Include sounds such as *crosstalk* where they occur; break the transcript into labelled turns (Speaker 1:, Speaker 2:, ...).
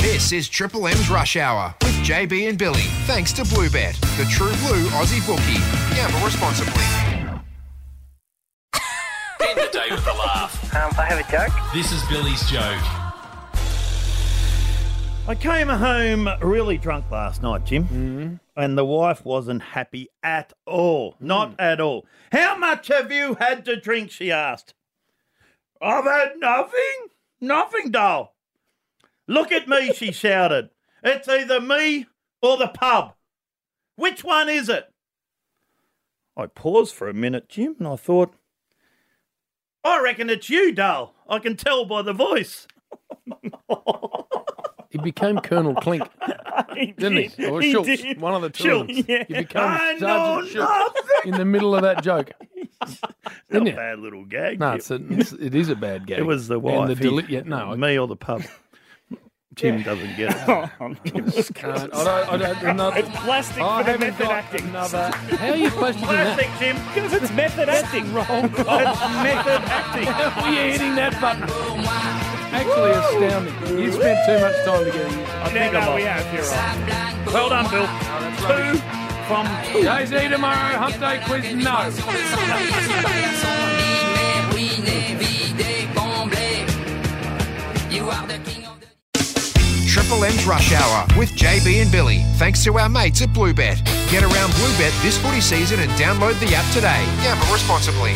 Speaker 1: This is Triple M's Rush Hour with JB and Billy. Thanks to Bluebet, the true blue Aussie bookie. Gamble responsibly.
Speaker 2: End the day with a laugh.
Speaker 3: Um, I have a joke.
Speaker 2: This is Billy's joke.
Speaker 4: I came home really drunk last night, Jim, and the wife wasn't happy at all. Not at all. How much have you had to drink? She asked. I've had nothing. Nothing, doll. Look at me, she shouted. It's either me or the pub. Which one is it? I paused for a minute, Jim, and I thought, I reckon it's you, doll. I can tell by the voice.
Speaker 5: He became Colonel Clink, didn't
Speaker 6: *laughs*
Speaker 5: he? Or
Speaker 4: He
Speaker 5: Schultz,
Speaker 4: did.
Speaker 5: one of the two.
Speaker 4: Schultz,
Speaker 5: of them.
Speaker 4: yeah.
Speaker 5: He became
Speaker 4: I know
Speaker 5: Sergeant Schultz in the middle of that joke.
Speaker 4: Not
Speaker 5: Didn't
Speaker 4: a
Speaker 5: you?
Speaker 4: bad little gag.
Speaker 5: No,
Speaker 4: Jim.
Speaker 5: it's a, it's, it is a bad game.
Speaker 4: it was the wife.
Speaker 5: And the
Speaker 4: He-
Speaker 5: deli- yeah, no, I
Speaker 4: me or the pub.
Speaker 5: *laughs*
Speaker 4: Jim doesn't get
Speaker 6: *laughs*
Speaker 4: it.
Speaker 5: can't. I don't. I
Speaker 4: *laughs*
Speaker 5: don't another,
Speaker 6: Oh, It's plastic
Speaker 5: Oh, I
Speaker 6: for the
Speaker 5: haven't
Speaker 6: method
Speaker 5: got
Speaker 6: acting.
Speaker 5: another. How are you supposed to do
Speaker 4: Classic,
Speaker 5: that?
Speaker 4: Jim.
Speaker 6: Because it's method acting.
Speaker 5: Wrong. Oh.
Speaker 6: method acting.
Speaker 5: *laughs* Were you hitting that button? Actually, astounding. You spent too much time to get here.
Speaker 4: I think
Speaker 6: no,
Speaker 4: I'm
Speaker 6: we
Speaker 4: off.
Speaker 6: have. You're right. Well done, Bill. Two from two.
Speaker 5: Days E tomorrow, hump day quiz. No.
Speaker 1: Triple M's Rush Hour with JB and Billy. Thanks to our mates at Bluebet. Get around Bluebet this footy season and download the app today. Gamble responsibly.